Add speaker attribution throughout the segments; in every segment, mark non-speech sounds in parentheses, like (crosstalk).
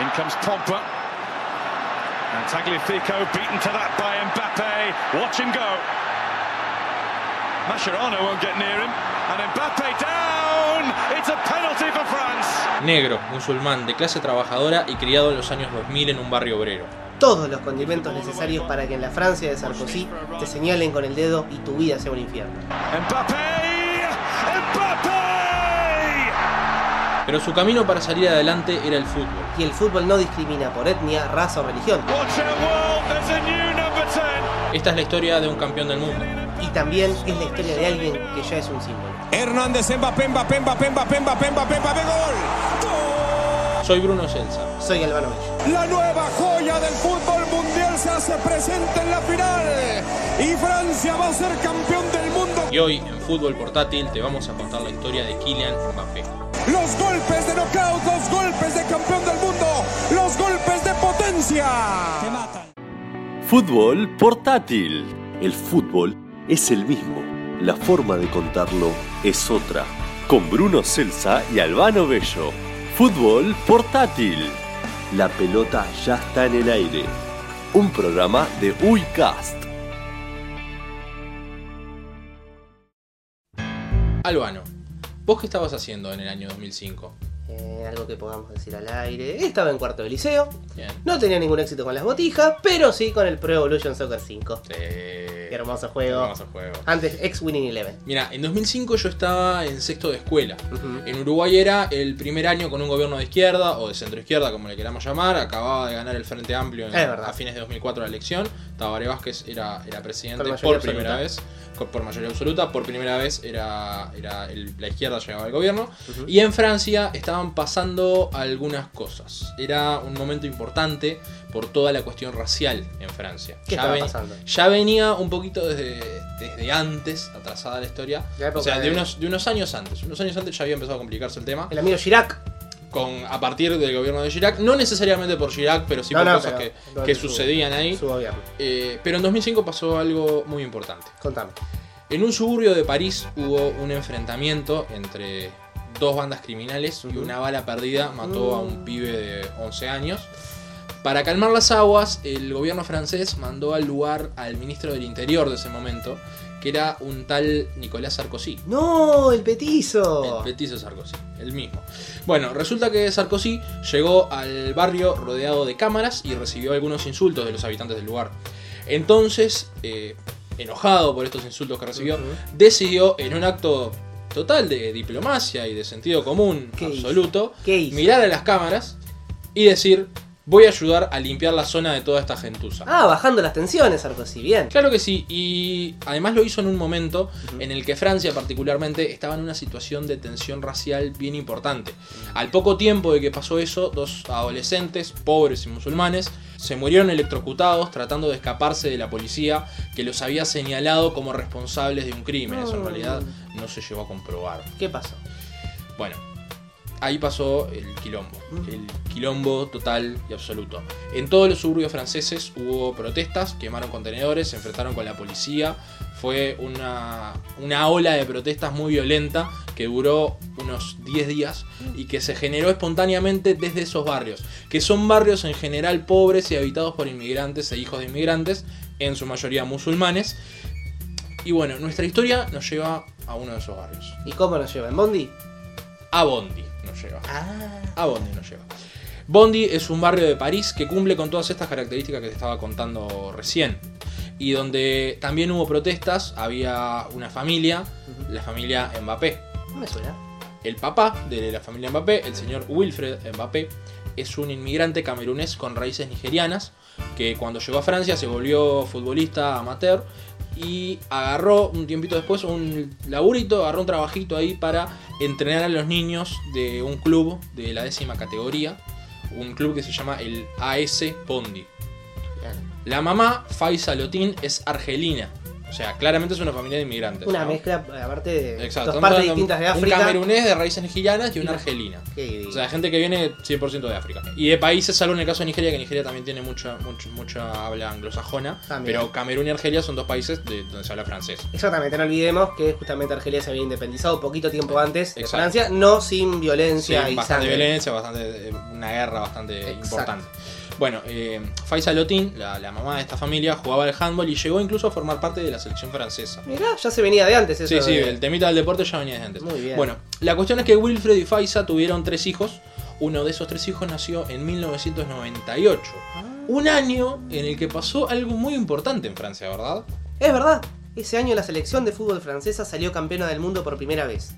Speaker 1: In comes Pogba. And Tagliafico beaten to that by Mbappe. Watch him go. Mascherano won't get near him. And Mbappe down. It's a penalty for France.
Speaker 2: Negro, musulmán, de clase trabajadora y criado en los años 2000 en un barrio obrero.
Speaker 3: Todos los condimentos necesarios para que en la Francia de Sarkozy te señalen con el dedo y tu vida sea un infierno.
Speaker 1: Mbappe! Mbappe!
Speaker 2: Pero su camino para salir adelante era el fútbol.
Speaker 3: Y el fútbol no discrimina por etnia, raza o religión.
Speaker 1: Watch out, world. There's a new number 10.
Speaker 2: Esta es la historia de un campeón del mundo.
Speaker 3: Y también es la historia de alguien que ya es un símbolo.
Speaker 4: Hernández, Mbappé, Mbappé, Mbappé, Mbappé, Mbappé, Mbappé, Mbappé, gol.
Speaker 2: Soy Bruno Celsa.
Speaker 3: Soy Albano Bello.
Speaker 4: ¡Gol! La nueva joya del fútbol mundial se hace presente en la final y Francia va a ser campeón del mundo.
Speaker 2: Y hoy en Fútbol Portátil te vamos a contar la historia de Kylian Mbappé.
Speaker 4: Los golpes de knockout, los golpes de campeón del mundo, los golpes de potencia. Te matan.
Speaker 5: Fútbol portátil. El fútbol es el mismo. La forma de contarlo es otra. Con Bruno Celsa y Albano Bello. Fútbol portátil. La pelota ya está en el aire. Un programa de UICAST.
Speaker 2: Albano, ¿vos qué estabas haciendo en el año 2005?
Speaker 3: Eh, algo que podamos decir al aire. Estaba en cuarto de liceo.
Speaker 2: Bien.
Speaker 3: No tenía ningún éxito con las botijas, pero sí con el Pro Evolution Soccer 5. Qué hermoso juego.
Speaker 2: Hermoso juego.
Speaker 3: Antes ex Winning Eleven.
Speaker 2: Mira, en 2005 yo estaba en sexto de escuela.
Speaker 3: Ujú.
Speaker 2: En Uruguay era el primer año con un gobierno de izquierda o de centro izquierda, como le queramos llamar. Acababa de ganar el Frente Amplio en-
Speaker 3: Es verdad.
Speaker 2: a fines de 2004 la elección. Tabaré Vázquez era, era presidente
Speaker 3: Por
Speaker 2: por,
Speaker 3: mayoría
Speaker 2: primera vez. co- Por mayoría absoluta, por primera vez era, era el- la izquierda llegaba al gobierno.
Speaker 3: Ujú.
Speaker 2: Y en Francia estaban pasando algunas cosas. Era un momento importante por toda la cuestión racial en Francia.
Speaker 3: ¿Qué
Speaker 2: Ya
Speaker 3: estaba
Speaker 2: ven-
Speaker 3: pasando?
Speaker 2: ya venía un poquito desde, desde antes, atrasada la historia.
Speaker 3: La época
Speaker 2: o sea, de,
Speaker 3: de-
Speaker 2: unos, de unos años antes. Unos años antes ya había empezado a complicarse el tema.
Speaker 3: El amigo Chirac.
Speaker 2: Con, a partir del gobierno de Chirac. No necesariamente por Chirac, pero sí
Speaker 3: No,
Speaker 2: por
Speaker 3: no,
Speaker 2: cosas
Speaker 3: pero-
Speaker 2: que,
Speaker 3: no,
Speaker 2: que
Speaker 3: su-
Speaker 2: sucedían ahí.
Speaker 3: Su gobierno.
Speaker 2: Eh, pero en 2005 pasó algo muy importante.
Speaker 3: Contame.
Speaker 2: En un suburbio de París hubo un enfrentamiento entre dos bandas criminales y
Speaker 3: Ujú.
Speaker 2: una bala perdida mató a un
Speaker 3: Mm.
Speaker 2: pibe de 11 años. Para calmar las aguas, el gobierno francés mandó al lugar al ministro del Interior de ese momento, que era un tal Nicolás Sarkozy.
Speaker 3: No, el petizo.
Speaker 2: El petizo Sarkozy, el mismo. Bueno, resulta que Sarkozy llegó al barrio rodeado de cámaras y recibió algunos insultos de los habitantes del lugar. Entonces, eh, enojado por estos insultos que recibió,
Speaker 3: Ujú.
Speaker 2: decidió en un acto total de diplomacia y de sentido común
Speaker 3: ¿Qué hizo?
Speaker 2: absoluto,
Speaker 3: ¿Qué hizo?
Speaker 2: mirar a las cámaras y decir, voy a ayudar a limpiar la zona de toda esta gentuza.
Speaker 3: Ah, bajando las tensiones, Sarkozy. Bien.
Speaker 2: Claro que sí, y además lo hizo en un momento
Speaker 3: Ujú.
Speaker 2: en el que Francia particularmente estaba en una situación de tensión racial bien importante.
Speaker 3: Mm.
Speaker 2: Al poco tiempo de que pasó eso, dos adolescentes, pobres y musulmanes, se murieron electrocutados tratando de escaparse de la policía que los había señalado como responsables de un crimen. Eso en
Speaker 3: Mm.
Speaker 2: realidad no se llegó a comprobar.
Speaker 3: ¿Qué pasó?
Speaker 2: Bueno, ahí pasó el quilombo.
Speaker 3: Mm.
Speaker 2: El quilombo total y absoluto. En todos los suburbios franceses hubo protestas, quemaron contenedores, se enfrentaron con la policía. Fue una, una ola de protestas muy violenta que duró unos 10 días y que se generó espontáneamente desde esos barrios, que son barrios en general pobres y habitados por inmigrantes e hijos de inmigrantes, en su mayoría musulmanes. Y bueno, nuestra historia nos lleva a uno de esos barrios.
Speaker 3: ¿Y cómo nos lleva? ¿En Bondi?
Speaker 2: A Bondi nos lleva.
Speaker 3: Ah.
Speaker 2: A Bondi nos lleva. Bondi es un barrio de París que cumple con todas estas características que te estaba contando recién. Y donde también hubo protestas, había una familia,
Speaker 3: Ujú.
Speaker 2: la familia Mbappé.
Speaker 3: No me suena.
Speaker 2: El papá de la familia Mbappé, el señor Wilfred Mbappé, es un inmigrante camerunés con raíces nigerianas que cuando llegó a Francia se volvió futbolista amateur y agarró un tiempito después un laburito, agarró un trabajito ahí para entrenar a los niños de un club de la décima categoría, un club que se llama el AS Bondi.
Speaker 3: Claro.
Speaker 2: La mamá, Faisa Lotín, es argelina O sea, claramente es una familia de inmigrantes.
Speaker 3: Una
Speaker 2: ¿no?
Speaker 3: mezcla, aparte de
Speaker 2: Exacto.
Speaker 3: dos partes
Speaker 2: Un-
Speaker 3: distintas de
Speaker 2: Un
Speaker 3: África.
Speaker 2: camerunés de raíces nigerianas y una
Speaker 3: Mira.
Speaker 2: argelina.
Speaker 3: Qué-
Speaker 2: O sea, gente que viene 100% de África. Y de países, salvo en el caso de Nigeria, que Nigeria también tiene mucha, mucha, mucha habla anglosajona.
Speaker 3: Ah, mira.
Speaker 2: pero Camerún y Argelia son dos países de donde se habla francés.
Speaker 3: Exactamente, no olvidemos que justamente Argelia se había independizado poquito tiempo antes de
Speaker 2: Exacto.
Speaker 3: Francia, no sin
Speaker 2: Sí,
Speaker 3: violencia y
Speaker 2: bastante
Speaker 3: sangre.
Speaker 2: violencia, bastante, eh, una guerra bastante
Speaker 3: Exacto.
Speaker 2: importante. Bueno, eh, Faisa Lotin, la, la mamá de esta familia, jugaba al handball y llegó incluso a formar parte de la selección francesa.
Speaker 3: Mirá, ya se venía de antes eso. eh.
Speaker 2: Sí, sí,
Speaker 3: de-
Speaker 2: el temita del deporte ya venía desde antes.
Speaker 3: Muy bien.
Speaker 2: Bueno, la cuestión es que Wilfred y Faisa tuvieron tres hijos. Uno de esos tres hijos nació en 1998.
Speaker 3: Ah.
Speaker 2: Un año en el que pasó algo muy importante en Francia, ¿verdad?
Speaker 3: Es verdad, ese año la selección de fútbol francesa salió campeona del mundo por primera vez.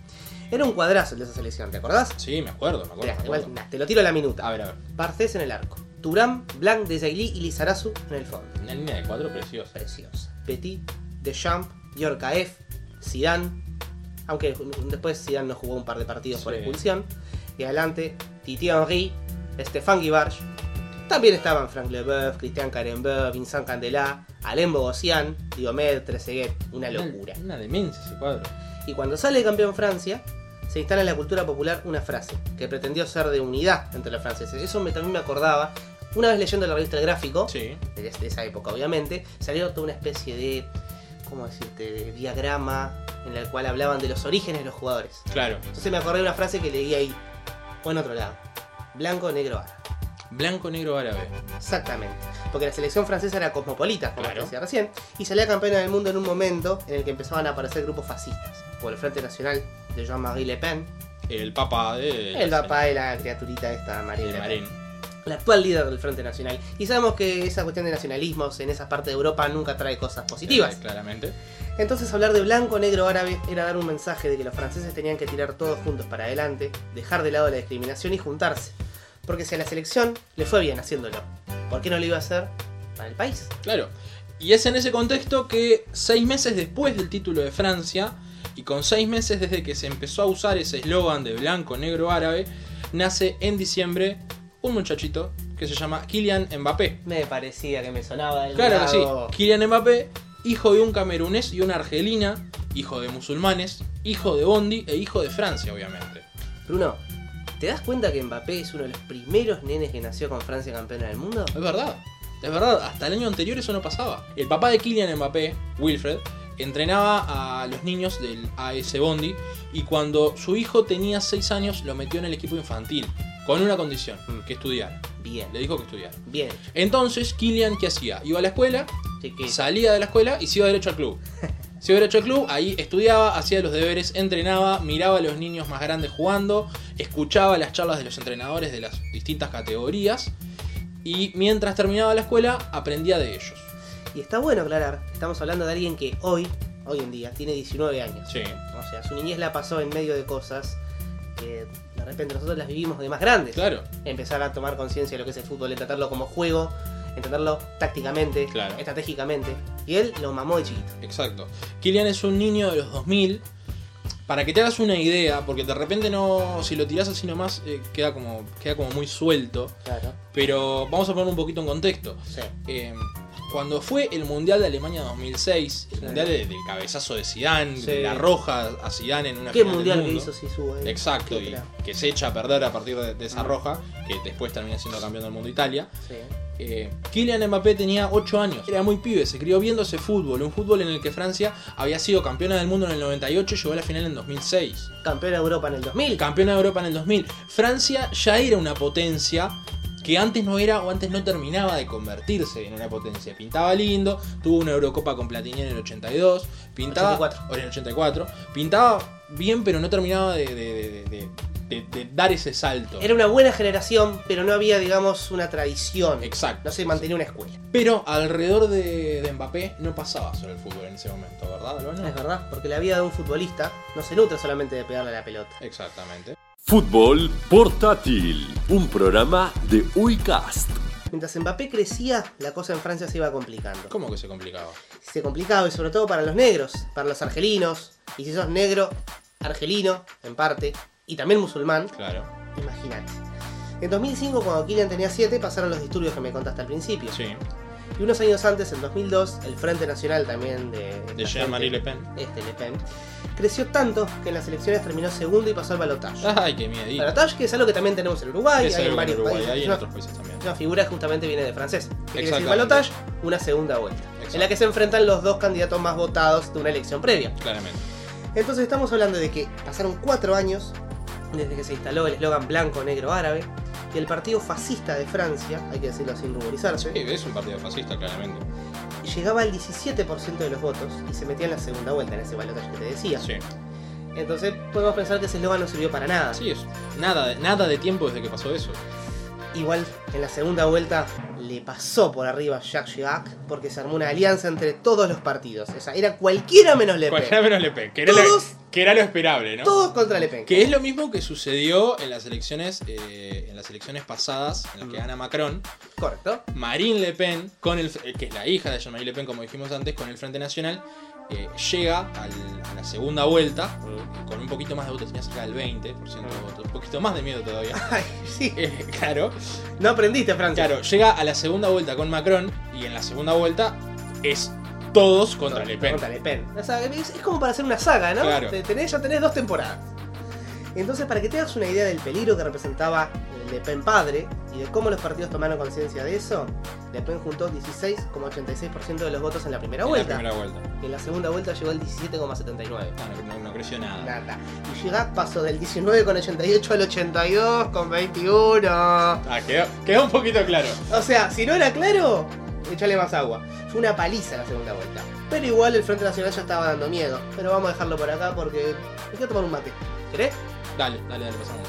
Speaker 3: Era un cuadrazo el de esa selección, ¿te acordás?
Speaker 2: Sí, me acuerdo, me acuerdo.
Speaker 3: Mirá,
Speaker 2: me
Speaker 3: igual,
Speaker 2: acuerdo.
Speaker 3: nah, te lo tiro a la minuta.
Speaker 2: A ver, a ver.
Speaker 3: Parcés en el arco. Turán, Blanc, Desailly y Lizarazu en el fondo.
Speaker 2: Una línea de cuatro preciosa.
Speaker 3: Preciosa. Petit, Deschamps, Yorkaef, Zidane. Aunque después Zidane no jugó un par de partidos por
Speaker 2: Sí.
Speaker 3: expulsión. Y adelante, Titi Henry, Stéphane Guibarge. También estaban Frank Leboeuf, Christian Carenbeu, Vincent Candelá, Alain Bogosian, Diomed, Trezeguet. Una locura.
Speaker 2: Una, una demencia ese cuadro.
Speaker 3: Y cuando sale campeón Francia, se instala en la cultura popular una frase que pretendió ser de unidad entre los franceses. Eso me, también me acordaba. Una vez leyendo la revista El Gráfico,
Speaker 2: Sí.
Speaker 3: de, de esa época obviamente, salió toda una especie de, ¿cómo decirte?, de diagrama en el cual hablaban de los orígenes de los jugadores.
Speaker 2: Claro.
Speaker 3: Entonces me acordé de una frase que leí ahí, o en otro lado. Blanco, negro, árabe.
Speaker 2: Blanco, negro, árabe.
Speaker 3: Exactamente. Porque la selección francesa era cosmopolita, como
Speaker 2: Claro.
Speaker 3: te decía recién, y salía campeona del mundo en un momento en el que empezaban a aparecer grupos fascistas, como el Frente Nacional de Jean-Marie Le Pen,
Speaker 2: El papa de.
Speaker 3: el papá de la criaturita esta, Marine
Speaker 2: de
Speaker 3: Le Pen,
Speaker 2: Marín.
Speaker 3: la actual líder del Frente Nacional. Y sabemos que esa cuestión de nacionalismos en esa parte de Europa nunca trae cosas positivas.
Speaker 2: Eh, Claramente.
Speaker 3: Entonces hablar de blanco, negro, árabe era dar un mensaje de que los franceses tenían que tirar todos juntos para adelante, dejar de lado la discriminación y juntarse. Porque si a la selección le fue bien haciéndolo, ¿por qué no lo iba a hacer para el país?
Speaker 2: Claro. Y es en ese contexto que seis meses después del título de Francia, y con seis meses desde que se empezó a usar ese eslogan de blanco, negro, árabe, nace en diciembre un muchachito que se llama Kylian Mbappé.
Speaker 3: Me parecía que me sonaba el
Speaker 2: Claro que sí,
Speaker 3: lado.
Speaker 2: Kylian Mbappé, hijo de un camerunés y una argelina, hijo de musulmanes, hijo de Bondi e hijo de Francia, obviamente.
Speaker 3: Bruno, ¿te das cuenta que Mbappé es uno de los primeros nenes que nació con Francia campeona del mundo?
Speaker 2: Es verdad, es verdad, hasta el año anterior eso no pasaba. El papá de Kylian Mbappé, Wilfred, entrenaba a los niños del AS Bondi y cuando su hijo tenía 6 años lo metió en el equipo infantil, con una condición, que estudiara.
Speaker 3: Bien,
Speaker 2: Le dijo que estudiara.
Speaker 3: bien,
Speaker 2: Entonces, Kylian, ¿qué hacía? Iba a la escuela,
Speaker 3: chiquito.
Speaker 2: salía de la escuela y se iba derecho al club. Se iba derecho al club, ahí estudiaba, hacía los deberes, entrenaba, miraba a los niños más grandes jugando, escuchaba las charlas de los entrenadores de las distintas categorías y mientras terminaba la escuela aprendía de ellos.
Speaker 3: Y está bueno aclarar, estamos hablando de alguien que hoy, hoy en día, tiene 19 años.
Speaker 2: Sí.
Speaker 3: O sea, su niñez la pasó en medio de cosas que de repente nosotros las vivimos de más grandes.
Speaker 2: Claro,
Speaker 3: Empezar a tomar conciencia de lo que es el fútbol, tratarlo como juego, entenderlo tácticamente,
Speaker 2: Claro.
Speaker 3: estratégicamente. Y él lo mamó de chiquito.
Speaker 2: exacto. Kylian es un niño de los 2000. Para que te hagas una idea, porque de repente no, si lo tirás así nomás, eh, queda, como, queda como muy suelto.
Speaker 3: Claro.
Speaker 2: Pero vamos a poner un poquito en contexto.
Speaker 3: Sí.
Speaker 2: Eh, cuando fue el Mundial de Alemania 2006, el Mundial de- del cabezazo de Zidane,
Speaker 3: Sí.
Speaker 2: de la roja a Zidane en una
Speaker 3: ¿Qué
Speaker 2: final del
Speaker 3: mundial que
Speaker 2: mundo.
Speaker 3: hizo Sisu? eh?
Speaker 2: Exacto,
Speaker 3: Qué Mm.
Speaker 2: y
Speaker 3: crack.
Speaker 2: que se echa a perder a partir de, de esa roja, que después termina siendo campeón del mundo Italia.
Speaker 3: Sí.
Speaker 2: Eh, Kylian Mbappé tenía 8 años, era muy pibe, se crió viendo ese fútbol, un fútbol en el que Francia había sido campeona del mundo en el 98 y llegó a la final en 2006.
Speaker 3: Campeón de Europa en el 2000.
Speaker 2: Campeona de Europa en el 2000. Francia ya era una potencia que antes no era o antes no terminaba de convertirse en una potencia. Pintaba lindo, tuvo una Eurocopa con Platini en el 82, pintaba
Speaker 3: 84.
Speaker 2: o en el 84, pintaba bien pero no terminaba de, de- de- de- de- de dar ese salto.
Speaker 3: Era una buena generación, pero no había, digamos, una tradición.
Speaker 2: Exacto.
Speaker 3: No se mantenía una escuela.
Speaker 2: Pero alrededor de, de Mbappé no pasaba solo el fútbol en ese momento, ¿verdad, Albano?
Speaker 3: Es verdad, porque la vida de un futbolista no se nutre solamente de pegarle la pelota.
Speaker 2: Exactamente.
Speaker 5: Fútbol Portátil, un programa de Uicast.
Speaker 3: Mientras Mbappé crecía, la cosa en Francia se iba complicando.
Speaker 2: ¿Cómo que se complicaba?
Speaker 3: Se complicaba y sobre todo para los negros, para los argelinos. Y si sos negro, argelino, en parte, y también musulmán,
Speaker 2: Claro.
Speaker 3: imagínate. En 2005, cuando Kylian tenía 7, pasaron los disturbios que me contaste al principio.
Speaker 2: Sí.
Speaker 3: Y unos años antes, en 2002, el Frente Nacional también de... esta
Speaker 2: De
Speaker 3: gente,
Speaker 2: Jean-Marie Le Pen.
Speaker 3: Este Le Pen. Creció tanto que en las elecciones terminó segundo y pasó al balotaje.
Speaker 2: Ay, qué miedito.
Speaker 3: Balotaje que es algo que también tenemos en Uruguay,
Speaker 2: Ah, Es
Speaker 3: hay
Speaker 2: algo
Speaker 3: en
Speaker 2: en
Speaker 3: varios
Speaker 2: Uruguay,
Speaker 3: países.
Speaker 2: hay en
Speaker 3: ¿no?
Speaker 2: otros países también.
Speaker 3: Una figura que justamente viene de francés. ¿Qué quiere decir
Speaker 2: Exactamente.
Speaker 3: balotage? Una segunda vuelta. En la
Speaker 2: Exacto.
Speaker 3: que se enfrentan los dos candidatos más votados de una elección previa.
Speaker 2: Claramente.
Speaker 3: Entonces estamos hablando de que pasaron cuatro años desde que se instaló el eslogan blanco, negro, árabe. Y el partido fascista de Francia, hay que decirlo sin ruborizarse,
Speaker 2: Sí, es un partido fascista, claramente.
Speaker 3: llegaba al 17% de los votos y se metía en la segunda vuelta, en ese balotaje que te decía.
Speaker 2: Sí,
Speaker 3: Entonces podemos pensar que ese eslogan no sirvió para nada.
Speaker 2: sí es. Nada, de- nada de tiempo desde que pasó eso.
Speaker 3: Igual en la segunda vuelta le pasó por arriba a Jacques Chirac porque se armó una alianza entre todos los partidos. O sea, era cualquiera menos Le Pen.
Speaker 2: Cualquiera menos Le Pen, que era, la-
Speaker 3: Todos-
Speaker 2: que era lo esperable, ¿no?
Speaker 3: Todos contra Le Pen.
Speaker 2: Que es lo mismo que sucedió en las elecciones, eh, en las elecciones pasadas, en las que
Speaker 3: Mm.
Speaker 2: gana Macron,
Speaker 3: Correcto. (laughs)
Speaker 2: Marine Le Pen, con el, eh, que es la hija de Jean-Marie Le Pen, como dijimos antes, con el Frente Nacional, eh, llega al- a la segunda vuelta, eh, con un poquito más de votos, tenía cerca del 20% de votos, un poquito más de miedo todavía. (laughs)
Speaker 3: Ay, sí.
Speaker 2: Eh, claro,
Speaker 3: No aprendiste, Francia.
Speaker 2: claro, llega a la segunda vuelta con Macron, y en la segunda vuelta es todos contra Le Pen.
Speaker 3: Contra Le Pen. O sea, es, es como para hacer una saga, ¿no?
Speaker 2: Claro.
Speaker 3: Te- tenés- ya tenés dos temporadas. Entonces, para que te hagas una idea del peligro que representaba eh, Le Pen padre y de cómo los partidos tomaron conciencia de eso, Le Pen juntó 16,86% de los votos en la primera
Speaker 2: En la
Speaker 3: vuelta.
Speaker 2: primera vuelta.
Speaker 3: Y en la segunda vuelta llegó al 17,79%.
Speaker 2: Ah, No, no- no creció nada.
Speaker 3: Nada. Y Gigak pasó del 19,88 al 82,21.
Speaker 2: Ah, quedó, quedó un poquito claro.
Speaker 3: O sea, si no era claro, échale más agua. Fue una paliza la segunda vuelta. Pero igual el Frente Nacional ya estaba dando miedo. Pero vamos a dejarlo por acá porque me quiero tomar un mate. ¿Querés?
Speaker 2: Dale, dale, dale, pasamos.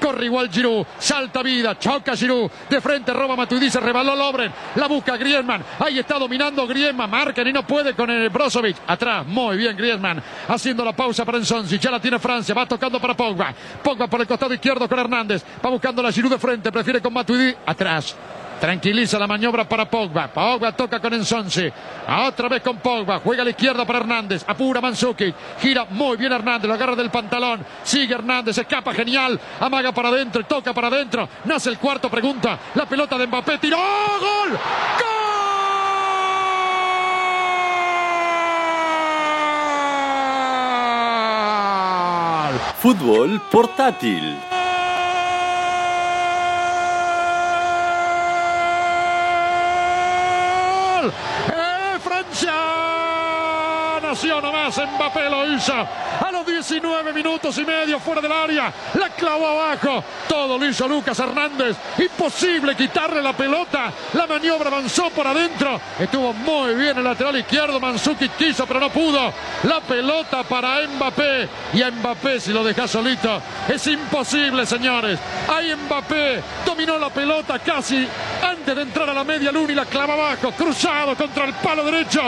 Speaker 6: Corre igual Giroud, salta vida, choca Giroud, de frente roba Matuidi, se rebaló Lobren, la busca Griezmann, ahí está dominando Griezmann, marcan y no puede con el Brozovic, atrás, muy bien Griezmann, haciendo la pausa para Ensonsi, ya la tiene Francia, va tocando para Pogba, Pogba por el costado izquierdo con Hernández, va buscando la Giroud de frente, prefiere con Matuidi, atrás. Tranquiliza la maniobra para Pogba. Pogba toca con Ensonce. Otra vez con Pogba. Juega a la izquierda para Hernández. Apura Manzuki. Gira muy bien Hernández. Lo agarra del pantalón. Sigue Hernández. Escapa genial. Amaga para adentro. Toca para adentro. Nace el cuarto. Pregunta. La pelota de Mbappé. Tiró. ¡Gol! ¡Gol!
Speaker 5: Fútbol portátil.
Speaker 6: ¡Gol! ¡Eh, Francia! Nació nomás, Mbappé lo hizo. A los 19 minutos y medio fuera del área, la clavó abajo. Todo lo hizo Lucas Hernández. Imposible quitarle la pelota. La maniobra avanzó por adentro. Estuvo muy bien el lateral izquierdo. Manzuki quiso, pero no pudo. La pelota para Mbappé. Y a Mbappé, si lo deja solito, es imposible, señores. Ahí Mbappé dominó la pelota casi antes de entrar a la media luna y la clava abajo, cruzado contra el palo derecho.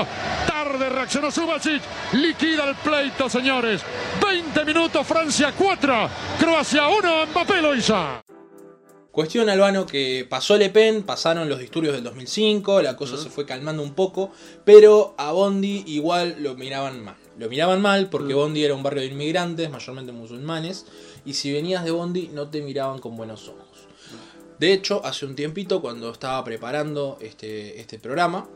Speaker 6: Tarde reaccionó Subasic, liquida el pleito, señores. 20 minutos, Francia 4, Croacia 1, Mbappé lo hizo.
Speaker 2: Cuestión, Albano, que pasó Le Pen, pasaron los disturbios del 2005, la cosa se fue calmando un poco, pero a Bondi igual lo miraban mal. Lo miraban mal porque Bondi era un barrio de inmigrantes, mayormente musulmanes, y si venías de Bondi no te miraban con buenos ojos. De hecho, hace un tiempito, cuando estaba preparando este, este programa,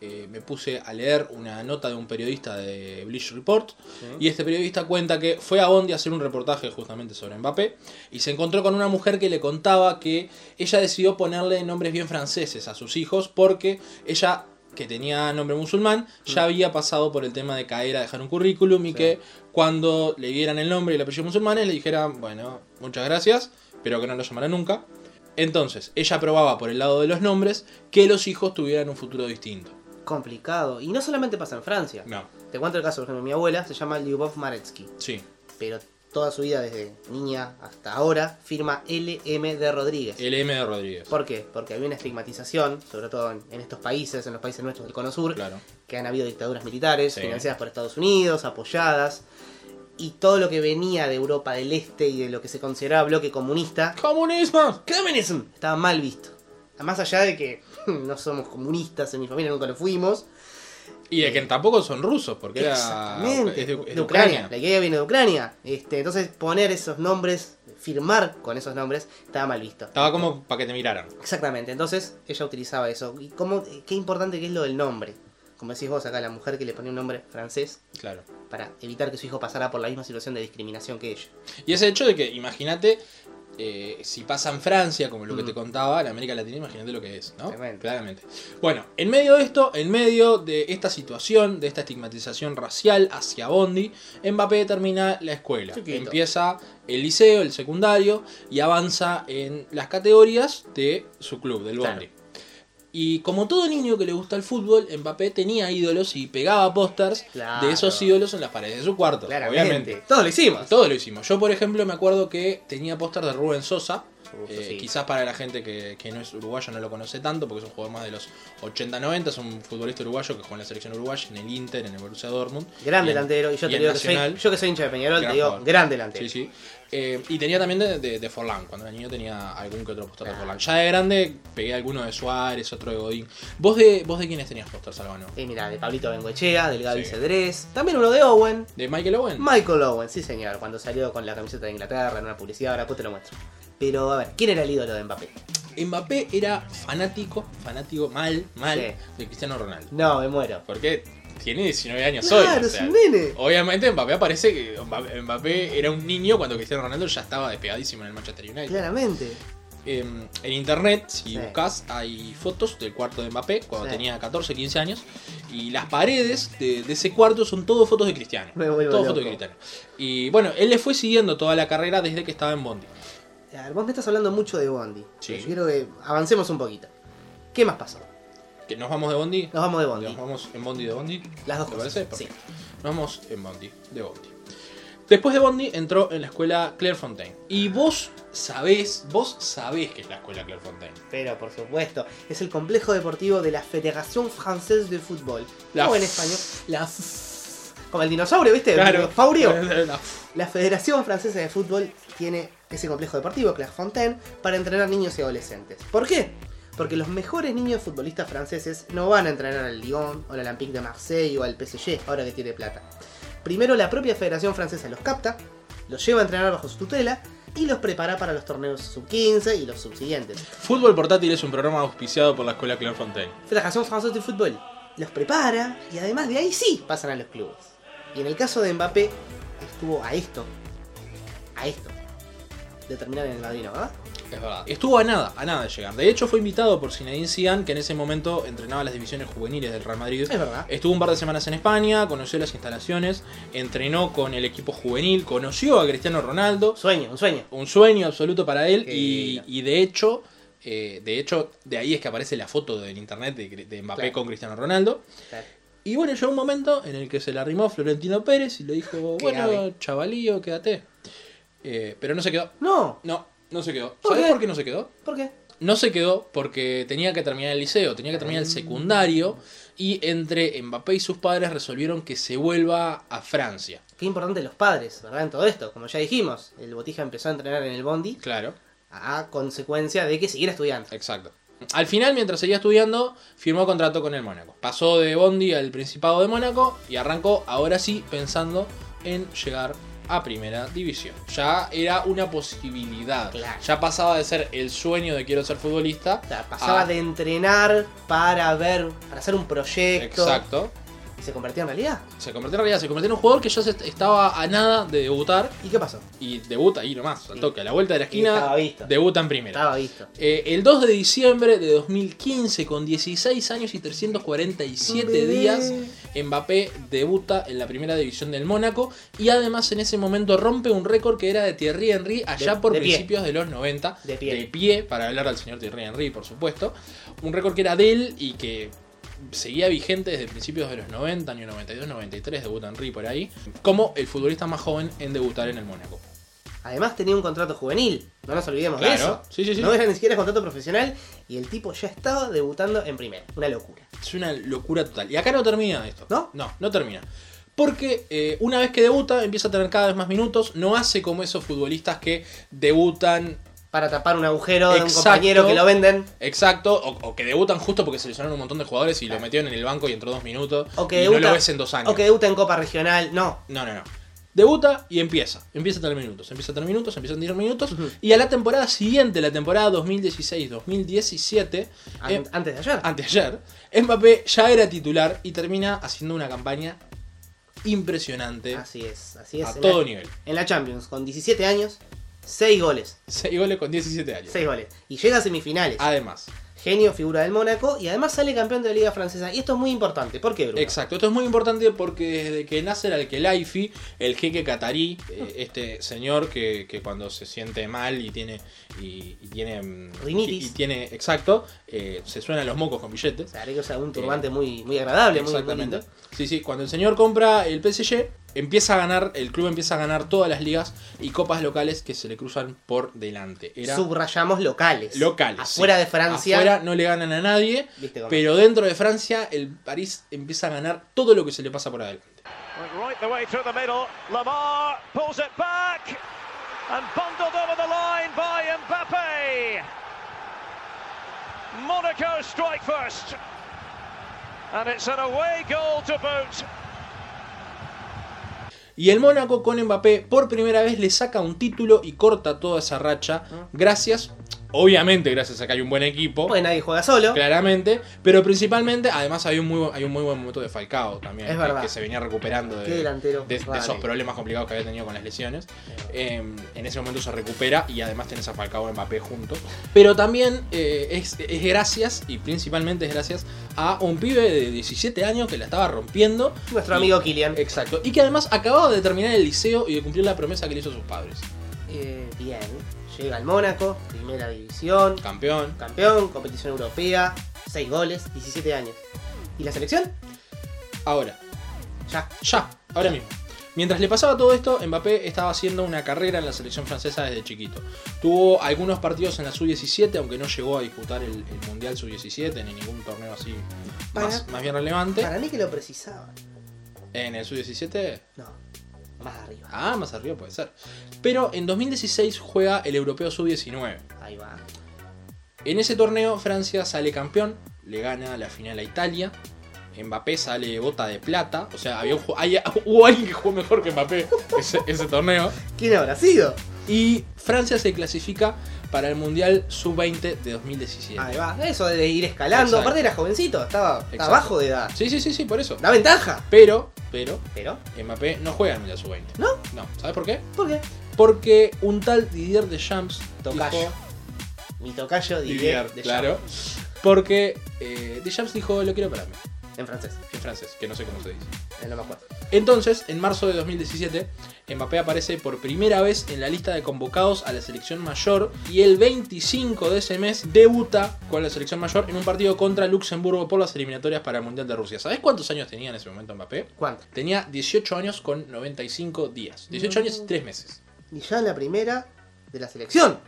Speaker 2: eh, me puse a leer una nota de un periodista de Bleach Report y este periodista cuenta que fue a Bondi a hacer un reportaje justamente sobre Mbappé y se encontró con una mujer que le contaba que ella decidió ponerle nombres bien franceses a sus hijos porque ella que tenía nombre musulmán, ya había pasado por el tema de caer a dejar un currículum y que cuando le dieran el nombre y el apellido musulmanes le dijeran, bueno, muchas gracias, pero que no lo llamaran nunca. Entonces, ella probaba por el lado de los nombres que los hijos tuvieran un futuro distinto.
Speaker 3: Complicado. Y no solamente pasa en Francia.
Speaker 2: No,
Speaker 3: Te cuento el caso, por ejemplo, mi abuela se llama Lyubov Maretsky.
Speaker 2: sí.
Speaker 3: Pero toda su vida, desde niña hasta ahora, firma LM de Rodríguez.
Speaker 2: LM de Rodríguez.
Speaker 3: ¿Por qué? Porque había una estigmatización, sobre todo en, en estos países, en los países nuestros del Cono Sur,
Speaker 2: Claro.
Speaker 3: que han habido dictaduras militares
Speaker 2: Sí.
Speaker 3: financiadas por Estados Unidos, apoyadas, y todo lo que venía de Europa del Este y de lo que se consideraba bloque comunista,
Speaker 2: ¡Comunismo!
Speaker 3: ¡Communism! estaba (laughs) mal visto. Más allá de que no somos comunistas, en mi familia nunca lo fuimos,
Speaker 2: Y de que tampoco son rusos, porque era.
Speaker 3: Exactamente.
Speaker 2: es de,
Speaker 3: de,
Speaker 2: es de
Speaker 3: Ucrania. La idea viene de Ucrania. Este, entonces poner esos nombres, firmar con esos nombres, estaba mal visto.
Speaker 2: Estaba como para que te miraran.
Speaker 3: Exactamente. Entonces ella utilizaba eso. Y cómo, qué importante que es lo del nombre. Como decís vos acá, la mujer que le ponía un nombre francés
Speaker 2: Claro.
Speaker 3: para evitar que su hijo pasara por la misma situación de discriminación que ella.
Speaker 2: Y ese hecho de que, imagínate, eh, si pasa en Francia, como lo que
Speaker 3: Mm.
Speaker 2: te contaba, en América Latina, imagínate lo que es, ¿no?
Speaker 3: Tremendo.
Speaker 2: Claramente. Bueno, en medio de esto, en medio de esta situación, de esta estigmatización racial hacia Bondi, Mbappé termina la escuela.
Speaker 3: Chiquito.
Speaker 2: Empieza el liceo, el secundario, y avanza en las categorías de su club, del
Speaker 3: Claro.
Speaker 2: Bondi. Y como todo niño que le gusta el fútbol, Mbappé tenía ídolos y pegaba pósters
Speaker 3: Claro.
Speaker 2: de esos ídolos en las paredes de su cuarto.
Speaker 3: Claramente.
Speaker 2: Obviamente.
Speaker 3: Todos lo hicimos.
Speaker 2: Todo lo hicimos. Yo, por ejemplo, me acuerdo que tenía póster de Rubén Sosa.
Speaker 3: Rubén
Speaker 2: Eh,
Speaker 3: Sosa, sí.
Speaker 2: Quizás para la gente que, que no es uruguayo no lo conoce tanto, porque es un jugador más de los 80-90. Es un futbolista uruguayo que juega en la selección uruguaya, en el Inter, en el Borussia Dortmund.
Speaker 3: Gran
Speaker 2: y en-
Speaker 3: delantero. Y yo
Speaker 2: y
Speaker 3: te
Speaker 2: en
Speaker 3: digo que soy,
Speaker 2: Nacional.
Speaker 3: yo que soy hincha de Peñarol,
Speaker 2: Gran
Speaker 3: te digo,
Speaker 2: jugador.
Speaker 3: gran delantero.
Speaker 2: Sí, sí. Eh, y tenía también de, de, de Forlán. Cuando era niño tenía algún que otro póster de
Speaker 3: Ah.
Speaker 2: Forlán. Ya de grande pegué alguno de Suárez, otro de Godín. ¿Vos de, vos de quiénes tenías pósters, Albano?
Speaker 3: Y mira, Eh, de Pablito Bengoechea, del Gaby
Speaker 2: Sí.
Speaker 3: Cedrés, también uno de Owen,
Speaker 2: ¿De Michael Owen?
Speaker 3: Michael Owen, sí señor, cuando salió con la camiseta de Inglaterra en una publicidad, ahora después te lo muestro. Pero a ver, ¿quién era el ídolo de Mbappé?
Speaker 2: Mbappé era fanático, fanático mal, mal,
Speaker 3: Sí.
Speaker 2: de Cristiano Ronaldo.
Speaker 3: No, me muero.
Speaker 2: Porque tiene 19 años hoy.
Speaker 3: Claro,
Speaker 2: o
Speaker 3: es
Speaker 2: sea,
Speaker 3: un nene.
Speaker 2: Obviamente Mbappé aparece que Mbappé, Mbappé era un niño cuando Cristiano Ronaldo ya estaba despegadísimo en el Manchester United.
Speaker 3: Claramente.
Speaker 2: Eh, en internet, si
Speaker 3: Sí.
Speaker 2: buscas, hay fotos del cuarto de Mbappé cuando
Speaker 3: Sí.
Speaker 2: tenía 14, 15 años. Y las paredes de, de ese cuarto son todo fotos de Cristiano.
Speaker 3: Me vuelvo
Speaker 2: Todo fotos de
Speaker 3: loco.
Speaker 2: Cristiano. Y bueno, él le fue siguiendo toda la carrera desde que estaba en Bondi.
Speaker 3: A ver, vos me estás hablando mucho de Bondi.
Speaker 2: Sí.
Speaker 3: Pero Yo quiero que avancemos un poquito. ¿Qué más pasó?
Speaker 2: Que nos vamos de Bondi.
Speaker 3: Nos vamos de Bondi.
Speaker 2: Nos vamos en Bondi de Bondi.
Speaker 3: Las dos
Speaker 2: ¿Te
Speaker 3: cosas,
Speaker 2: parece?
Speaker 3: sí.
Speaker 2: Perfecto. Nos vamos en Bondi de Bondi. Después de Bondi entró en la escuela Clairefontaine. Y vos sabés, vos sabés que es la escuela Clairefontaine.
Speaker 3: Pero por supuesto, es el complejo deportivo de la Federación Française de Fútbol.
Speaker 2: La
Speaker 3: o en
Speaker 2: F-
Speaker 3: español, la F- como el dinosaurio, ¿viste? El dinosaurio.
Speaker 2: La-
Speaker 3: La Federación Francesa de Fútbol tiene ese complejo deportivo, Clairefontaine, para entrenar niños y adolescentes. ¿Por qué? Porque los mejores niños futbolistas franceses no van a entrenar al Lyon, o al Olympique de Marseille, o al PSG, ahora que tiene plata. Primero la propia Federación Francesa los capta, los lleva a entrenar bajo su tutela, y los prepara para los torneos sub-15 y los subsiguientes.
Speaker 2: Fútbol Portátil es un programa auspiciado por la escuela Clairefontaine.
Speaker 3: Federación Francesa de Fútbol los prepara y además de ahí sí pasan a los clubes. Y en el caso de Mbappé, estuvo a esto, a esto, de terminar en el Madrid, ¿no? ¿verdad?
Speaker 2: Es verdad. Estuvo a nada, a nada de llegar. De hecho, fue invitado por Zinedine Zidane, que en ese momento entrenaba las divisiones juveniles del Real Madrid.
Speaker 3: Es verdad.
Speaker 2: Estuvo un par de semanas en España, conoció las instalaciones, entrenó con el equipo juvenil, conoció a Cristiano Ronaldo.
Speaker 3: Un sueño, un sueño.
Speaker 2: un sueño absoluto para él
Speaker 3: Qué
Speaker 2: y,
Speaker 3: lindo.
Speaker 2: y de hecho eh, de hecho de ahí es que aparece la foto del internet de, de Mbappé
Speaker 3: Claro.
Speaker 2: con Cristiano Ronaldo y bueno llegó un momento en el que se le arrimó Florentino Pérez y le dijo
Speaker 3: Qué
Speaker 2: bueno
Speaker 3: ave.
Speaker 2: chavalío quédate Eh, pero no se quedó
Speaker 3: No,
Speaker 2: no no se quedó
Speaker 3: ¿Por
Speaker 2: ¿sabes
Speaker 3: qué?
Speaker 2: por qué no se quedó?
Speaker 3: ¿por qué?
Speaker 2: No se quedó porque tenía que terminar el liceo, tenía que
Speaker 3: Ah.
Speaker 2: terminar el secundario y entre Mbappé y sus padres resolvieron que se vuelva a Francia.
Speaker 3: Qué importante los padres, ¿verdad? En todo esto, como ya dijimos, el Botija empezó a entrenar en el Bondi
Speaker 2: Claro.
Speaker 3: a consecuencia de que siguiera estudiando.
Speaker 2: Exacto. Al final, mientras seguía estudiando, firmó contrato con el Mónaco. Pasó de Bondi al Principado de Mónaco y arrancó, ahora sí, pensando en llegar a Primera División. Ya era una posibilidad.
Speaker 3: Claro.
Speaker 2: Ya pasaba de ser el sueño de quiero ser futbolista.
Speaker 3: O sea, pasaba
Speaker 2: a-
Speaker 3: de entrenar para ver, para hacer un proyecto
Speaker 2: Exacto.
Speaker 3: y se convertía en realidad.
Speaker 2: Se convirtió en realidad, se convirtió en un jugador que ya se estaba a nada de debutar
Speaker 3: ¿Y qué pasó?
Speaker 2: y debuta ahí nomás, al
Speaker 3: Sí.
Speaker 2: toque, a la vuelta de la
Speaker 3: Y estaba
Speaker 2: esquina,
Speaker 3: visto.
Speaker 2: debuta en Primera.
Speaker 3: Estaba visto.
Speaker 2: Eh, el 2 de diciembre de 2015, con 16 años y 347
Speaker 3: Bebé.
Speaker 2: días, Mbappé debuta en la primera división del Mónaco y además en ese momento rompe un récord que era de Thierry Henry allá
Speaker 3: De-
Speaker 2: por
Speaker 3: de pie.
Speaker 2: principios de los 90,
Speaker 3: De pie.
Speaker 2: para hablar al señor Thierry Henry, por supuesto. Un récord que era de él y que seguía vigente desde principios de los 90, año 92, 93, debuta Henry por ahí, como el futbolista más joven en debutar en el Mónaco.
Speaker 3: Además tenía un contrato juvenil, no nos olvidemos de
Speaker 2: Claro,
Speaker 3: eso.
Speaker 2: sí, sí, sí.
Speaker 3: No era ni siquiera contrato profesional y el tipo ya estaba debutando en primera. Una locura.
Speaker 2: Es una locura total. Y acá no termina esto.
Speaker 3: ¿No?
Speaker 2: No, no termina. Porque eh, una vez que debuta, empieza a tener cada vez más minutos. No hace como esos futbolistas que debutan
Speaker 3: para tapar un agujero de un
Speaker 2: Exacto.
Speaker 3: compañero que lo venden.
Speaker 2: Exacto, o, o que debutan justo porque seleccionaron un montón de jugadores y lo metieron en el banco y entró dos minutos.
Speaker 3: O que,
Speaker 2: y
Speaker 3: debuta,
Speaker 2: no lo ves en dos años.
Speaker 3: o que debuta en Copa Regional. No.
Speaker 2: No, no, no. Debuta y empieza. Empieza a tener minutos, empieza a tener minutos, empieza a tener minutos. Y a la temporada siguiente, la temporada 2016-2017,
Speaker 3: An-
Speaker 2: eh,
Speaker 3: antes de ayer.
Speaker 2: anteayer, Mbappé ya era titular y termina haciendo una campaña impresionante
Speaker 3: Así es, así es.
Speaker 2: a
Speaker 3: En
Speaker 2: todo
Speaker 3: la-
Speaker 2: nivel.
Speaker 3: En la Champions, con 17 años, 6 goles.
Speaker 2: 6 goles con 17 años.
Speaker 3: 6 goles. Y llega a semifinales.
Speaker 2: Además,
Speaker 3: Genio, figura del Mónaco. Y además sale campeón de la Liga Francesa. Y esto es muy importante. ¿Por qué, Bruno?
Speaker 2: Exacto, esto es muy importante porque desde que nace el Alkelaifi, el jeque catarí, eh, este señor que, que cuando se siente mal y tiene. Y, y tiene. mm,
Speaker 3: Rinitis.
Speaker 2: Y, y tiene, exacto, eh, se suenan los mocos con billetes.
Speaker 3: O sea, creo que es un turbante muy, muy agradable, muy, muy
Speaker 2: Exactamente.
Speaker 3: lindo.
Speaker 2: Sí, sí, cuando el señor compra el PSG, empieza a ganar, el club empieza a ganar todas las ligas y copas locales que se le cruzan por delante. Era
Speaker 3: Subrayamos locales.
Speaker 2: locales.
Speaker 3: Afuera
Speaker 2: sí.
Speaker 3: de Francia.
Speaker 2: Afuera no le ganan a nadie,
Speaker 3: Viste cómo
Speaker 2: pero dentro de Francia, el París empieza a ganar todo lo que se le pasa por adelante.
Speaker 1: Went right the way through the middle. Lamar pulls it back and bundled over the line by Mbappe. Monaco strike first. And it's an away goal to boot.
Speaker 2: Y el Mónaco con Mbappé por primera vez le saca un título y corta toda esa racha.
Speaker 3: Ah.
Speaker 2: Gracias, obviamente, gracias a que hay un buen equipo.
Speaker 3: Porque nadie juega solo.
Speaker 2: Claramente, pero principalmente, además hay un muy, bu- hay un muy buen momento de Falcao también,
Speaker 3: Es
Speaker 2: que-
Speaker 3: verdad.
Speaker 2: que se venía recuperando de,
Speaker 3: Qué delantero
Speaker 2: de- de
Speaker 3: raro.
Speaker 2: esos problemas complicados que había tenido con las lesiones. Eh, en ese momento se recupera y además tenés a Falcao y Mbappé juntos. Pero también eh, es, es gracias, y principalmente es gracias, a un pibe de 17 años que la estaba rompiendo.
Speaker 3: Nuestro
Speaker 2: Y-
Speaker 3: amigo Kylian.
Speaker 2: Exacto. Y que además acababa de terminar el liceo y de cumplir la promesa que le hizo a sus padres.
Speaker 3: Eh, bien. Llega al Mónaco, primera división.
Speaker 2: Campeón.
Speaker 3: Campeón, competición europea, 6 goles, 17 años. ¿Y la selección?
Speaker 2: Ahora,
Speaker 3: Ya.
Speaker 2: ya, ahora mismo. Mientras le pasaba todo esto, Mbappé estaba haciendo una carrera en la selección francesa desde chiquito. Tuvo algunos partidos en la sub-17, aunque no llegó a disputar el, el Mundial sub-17 ni ningún torneo así más,
Speaker 3: Para-
Speaker 2: más bien relevante.
Speaker 3: Para mí que lo precisaban.
Speaker 2: En el sub-17
Speaker 3: No, más arriba.
Speaker 2: Ah, más arriba puede ser. Pero en 2016 juega el Europeo Sub-19.
Speaker 3: Ahí va.
Speaker 2: En ese torneo Francia sale campeón, le gana la final a Italia. Mbappé sale bota de plata. O sea, había un ju- hay- hubo alguien que jugó mejor que Mbappé ese, ese torneo.
Speaker 3: ¿Quién habrá sido?
Speaker 2: Y Francia se clasifica para el Mundial Sub-20 de 2017.
Speaker 3: Ahí va. Eso de ir escalando.
Speaker 2: Exacto.
Speaker 3: Aparte era jovencito, estaba, estaba
Speaker 2: Exacto.
Speaker 3: bajo de edad.
Speaker 2: Sí, sí, sí, sí, por eso.
Speaker 3: Da ventaja.
Speaker 2: Pero, pero,
Speaker 3: Pero,
Speaker 2: Mbappé no juega en el Mundial Sub-20.
Speaker 3: ¿no?
Speaker 2: No, ¿sabes por qué?
Speaker 3: ¿Por qué?
Speaker 2: Porque un tal Didier Deschamps
Speaker 3: Tocayo.
Speaker 2: dijo-
Speaker 3: Mi tocayo Didier
Speaker 2: Didier,
Speaker 3: de
Speaker 2: claro. Porque eh, Deschamps dijo, lo quiero para mí,
Speaker 3: Champs. En francés.
Speaker 2: en francés, que no sé cómo se dice.
Speaker 3: Eh, No me acuerdo.
Speaker 2: Entonces, en marzo de 2017, Mbappé aparece por primera vez en la lista de convocados a la selección mayor y el 25 de ese mes debuta con la selección mayor en un partido contra Luxemburgo por las eliminatorias para el Mundial de Rusia. ¿Sabes cuántos años tenía en ese momento Mbappé?
Speaker 3: ¿Cuánto?
Speaker 2: Tenía 18 años con 95 días. 18 años y 3 meses.
Speaker 3: Y ya en la primera de la selección.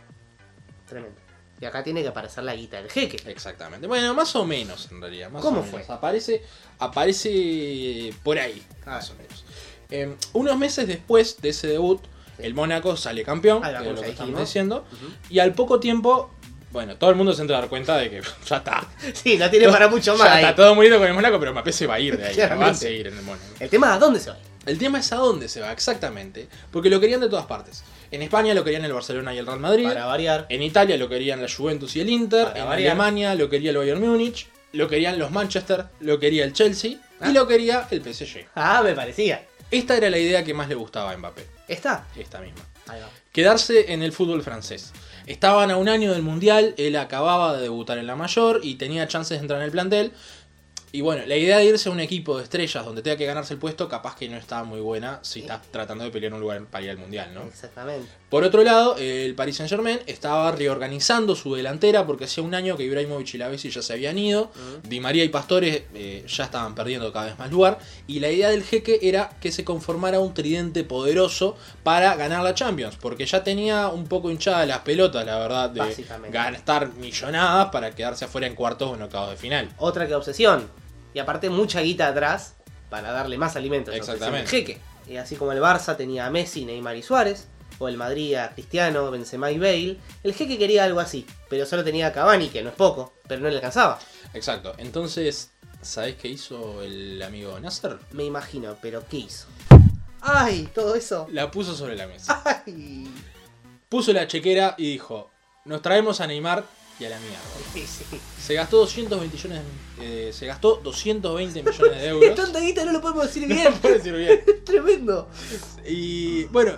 Speaker 3: Tremendo. Y acá tiene que aparecer la guita del jeque. (laughs)
Speaker 2: Exactamente. Bueno, más o menos en realidad. más
Speaker 3: ¿Cómo
Speaker 2: o menos.
Speaker 3: fue?
Speaker 2: Aparece, aparece por ahí,
Speaker 3: A
Speaker 2: más
Speaker 3: ver.
Speaker 2: o menos. Eh, unos meses después de ese debut, el Mónaco sale campeón,
Speaker 3: Ah, la
Speaker 2: que es lo
Speaker 3: cosa,
Speaker 2: que estamos
Speaker 3: dijimos.
Speaker 2: diciendo, y al poco tiempo, bueno, todo el mundo se entra a dar cuenta de que (laughs) ya está.
Speaker 3: Sí, no tiene para mucho
Speaker 2: (laughs)
Speaker 3: más.
Speaker 2: Ya
Speaker 3: ahí.
Speaker 2: está todo muy lindo con el Mónaco, pero Mbappé se va a ir
Speaker 3: (laughs)
Speaker 2: de ahí, no va a
Speaker 3: Claramente.
Speaker 2: seguir en el Mónaco.
Speaker 3: El tema es a dónde se va.
Speaker 2: El tema es a dónde se va exactamente, porque lo querían de todas partes. En España lo querían el Barcelona y el Real Madrid.
Speaker 3: Para variar.
Speaker 2: En Italia lo querían la Juventus y el Inter.
Speaker 3: Para
Speaker 2: en
Speaker 3: variar.
Speaker 2: Alemania lo quería el Bayern Múnich. Lo querían los Manchester. Lo quería el Chelsea.
Speaker 3: Ah.
Speaker 2: Y lo quería el PSG.
Speaker 3: Ah, me parecía.
Speaker 2: Esta era la idea que más le gustaba a Mbappé.
Speaker 3: ¿Está?
Speaker 2: Esta misma.
Speaker 3: Ahí va.
Speaker 2: Quedarse en el fútbol francés. Estaban a un año del Mundial. Él acababa de debutar en la mayor y tenía chances de entrar en el plantel. Y bueno, la idea de irse a un equipo de estrellas donde tenga que ganarse el puesto, capaz que no está muy buena si estás tratando de pelear un lugar para ir al Mundial, ¿no?
Speaker 3: Exactamente.
Speaker 2: Por otro lado, el Paris Saint Germain estaba reorganizando su delantera porque hacía un año que Ibrahimovic y Lavezzi ya se habían ido, Di María y Pastores eh, ya estaban perdiendo cada vez más lugar, y la idea del jeque era que se conformara un tridente poderoso para ganar la Champions, porque ya tenía un poco hinchada las pelotas, la verdad, de
Speaker 3: Básicamente.
Speaker 2: gastar millonadas para quedarse afuera en cuartos o en octavos de final.
Speaker 3: Otra que obsesión. Y aparte mucha guita atrás para darle más alimentos. a la obsesión del
Speaker 2: Exactamente.
Speaker 3: Jeque. Y así como el Barça tenía a Messi, Neymar y Suárez, o el Madrid a Cristiano, Benzema y Bale, el jeque quería algo así, pero solo tenía a Cavani, que no es poco, pero no le alcanzaba.
Speaker 2: Exacto. Entonces, ¿sabés qué hizo el amigo Nasser?
Speaker 3: Me imagino, pero ¿qué hizo? ¡Ay! Todo eso.
Speaker 2: La puso sobre la mesa.
Speaker 3: ¡Ay!
Speaker 2: Puso la chequera y dijo, nos traemos a Neymar y a la mierda.
Speaker 3: Sí, sí.
Speaker 2: Se gastó 220 millones, eh, se gastó 220 millones de
Speaker 3: Es
Speaker 2: euros. (laughs)
Speaker 3: tanta guita, no lo podemos decir
Speaker 2: No
Speaker 3: bien.
Speaker 2: puedo decir bien.
Speaker 3: (laughs) Es tremendo.
Speaker 2: Y bueno,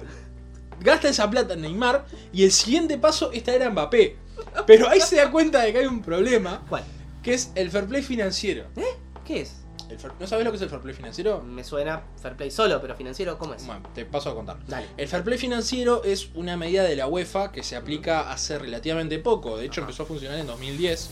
Speaker 2: gasta esa plata en Neymar y el siguiente paso es traer a Mbappé. Pero ahí se da cuenta de que hay un problema,
Speaker 3: ¿Cuál?
Speaker 2: que es el fair play financiero.
Speaker 3: ¿Qué es?
Speaker 2: El fair- ¿No sabes lo que es el fair play financiero?
Speaker 3: Me suena fair play solo, pero financiero, ¿cómo es?
Speaker 2: Bueno, te paso a contar.
Speaker 3: Dale.
Speaker 2: El fair play financiero es una medida de la UEFA que se aplica hace relativamente poco. De hecho,
Speaker 3: Ajá.
Speaker 2: empezó a funcionar en 2010.
Speaker 3: Sí.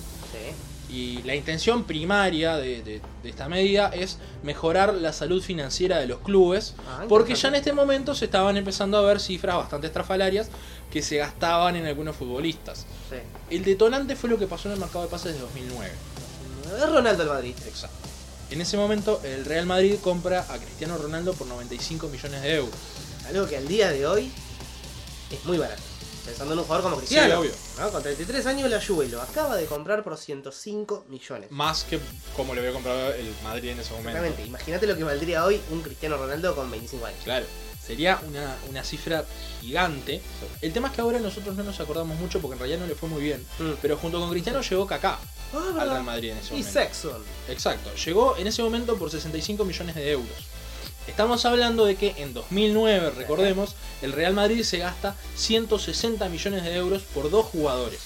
Speaker 2: Y la intención primaria de, de- de esta medida es mejorar la salud financiera de los clubes,
Speaker 3: Ah,
Speaker 2: porque
Speaker 3: interesante.
Speaker 2: ya en este momento se estaban empezando a ver cifras bastante estrafalarias que se gastaban en algunos futbolistas.
Speaker 3: Sí.
Speaker 2: El detonante fue lo que pasó en el mercado de pases de 2009.
Speaker 3: Es Ronaldo el Madrid.
Speaker 2: Exacto. En ese momento el Real Madrid compra a Cristiano Ronaldo por 95 millones de euros.
Speaker 3: Algo que al día de hoy es muy barato. Pensando en un jugador como
Speaker 2: Sí,
Speaker 3: Cristiano.
Speaker 2: obvio.
Speaker 3: ¿no? Con 33 años la Juve lo acaba de comprar por 105 millones.
Speaker 2: Más que como le había comprado el Madrid en ese momento.
Speaker 3: Exactamente. Imagínate lo que valdría hoy un Cristiano Ronaldo con 25 años.
Speaker 2: Claro, sería una, una cifra gigante. El tema es que ahora nosotros no nos acordamos mucho porque en realidad no le fue muy bien.
Speaker 3: Mm.
Speaker 2: Pero junto con Cristiano llegó Kaká
Speaker 3: Ah,
Speaker 2: al
Speaker 3: ¿verdad?
Speaker 2: Real Madrid en ese
Speaker 3: Y
Speaker 2: momento.
Speaker 3: Sexton.
Speaker 2: Exacto, llegó en ese momento por 65 millones de euros. Estamos hablando de que en 2009, recordemos, el Real Madrid se gasta 160 millones de euros por dos jugadores.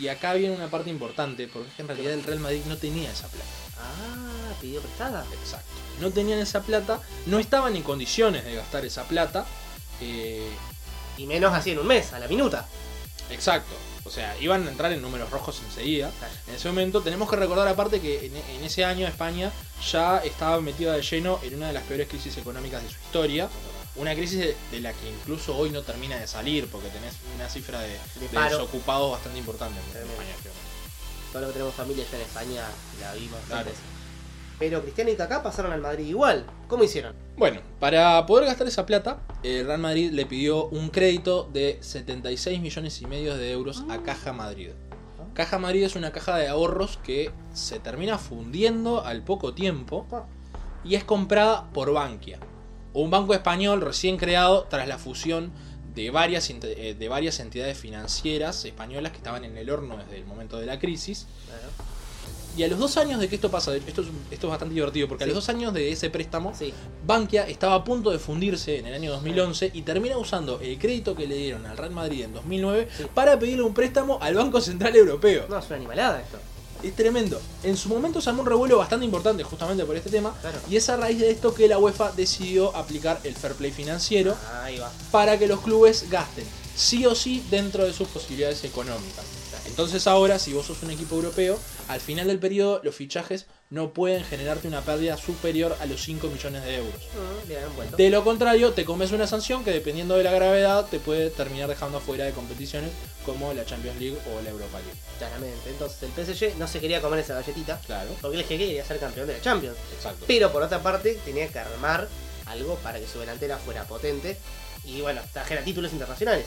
Speaker 2: Y acá viene una parte importante, porque es que en realidad el Real Madrid no tenía esa plata.
Speaker 3: Ah, pidió prestada.
Speaker 2: Exacto. No tenían esa plata, no estaban en condiciones de gastar esa plata. eh,
Speaker 3: Y menos así en un mes, a la minuta.
Speaker 2: exacto. O sea, iban a entrar en números rojos enseguida.
Speaker 3: Claro.
Speaker 2: En ese momento tenemos que recordar aparte que en, en ese año España ya estaba metida de lleno en una de las peores crisis económicas de su historia. Una crisis de, de la que incluso hoy no termina de salir porque tenés una cifra de, de
Speaker 3: paro.
Speaker 2: desocupados bastante importante en
Speaker 3: Tremendo.
Speaker 2: España. creo.
Speaker 3: Todo lo que tenemos familia ya en España la vimos
Speaker 2: Claro.
Speaker 3: antes. Pero Cristiano y Kaká pasaron al Madrid igual. ¿Cómo hicieron?
Speaker 2: Bueno, para poder gastar esa plata, el Real Madrid le pidió un crédito de 76 millones y medio de euros
Speaker 3: Ah.
Speaker 2: a Caja Madrid. Caja Madrid es una caja de ahorros que se termina fundiendo al poco tiempo
Speaker 3: Ah.
Speaker 2: y es comprada por Bankia, un banco español recién creado tras la fusión de varias, int- eh, de varias entidades financieras españolas que estaban en el horno desde el momento de la crisis.
Speaker 3: Claro.
Speaker 2: Y a los dos años de que esto pasa, esto es, esto es bastante divertido, porque
Speaker 3: Sí.
Speaker 2: a los dos años de ese préstamo,
Speaker 3: Sí.
Speaker 2: Bankia estaba a punto de fundirse en el año 2011 y termina usando el crédito que le dieron al Real Madrid en 2009
Speaker 3: Sí.
Speaker 2: para pedirle un préstamo al Banco Central Europeo.
Speaker 3: No, es una animalada esto.
Speaker 2: Es tremendo. En su momento se armó un revuelo bastante importante justamente por este tema
Speaker 3: Claro.
Speaker 2: y es a raíz de esto que la UEFA decidió aplicar el fair play financiero
Speaker 3: Ahí va.
Speaker 2: para que los clubes gasten sí o sí dentro de sus posibilidades económicas. Entonces ahora, si vos sos un equipo europeo, al final del periodo los fichajes no pueden generarte una pérdida superior a los 5 millones de euros.
Speaker 3: Mm, bien, vuelto.
Speaker 2: De lo contrario, te comes una sanción que dependiendo de la gravedad te puede terminar dejando fuera de competiciones como la Champions League o la Europa League.
Speaker 3: Claramente. Entonces el PSG no se quería comer esa galletita.
Speaker 2: Claro,
Speaker 3: Porque el GG quería ser campeón de la Champions.
Speaker 2: exacto.
Speaker 3: Pero por otra parte, tenía que armar algo para que su delantera fuera potente. Y bueno, trajera títulos internacionales.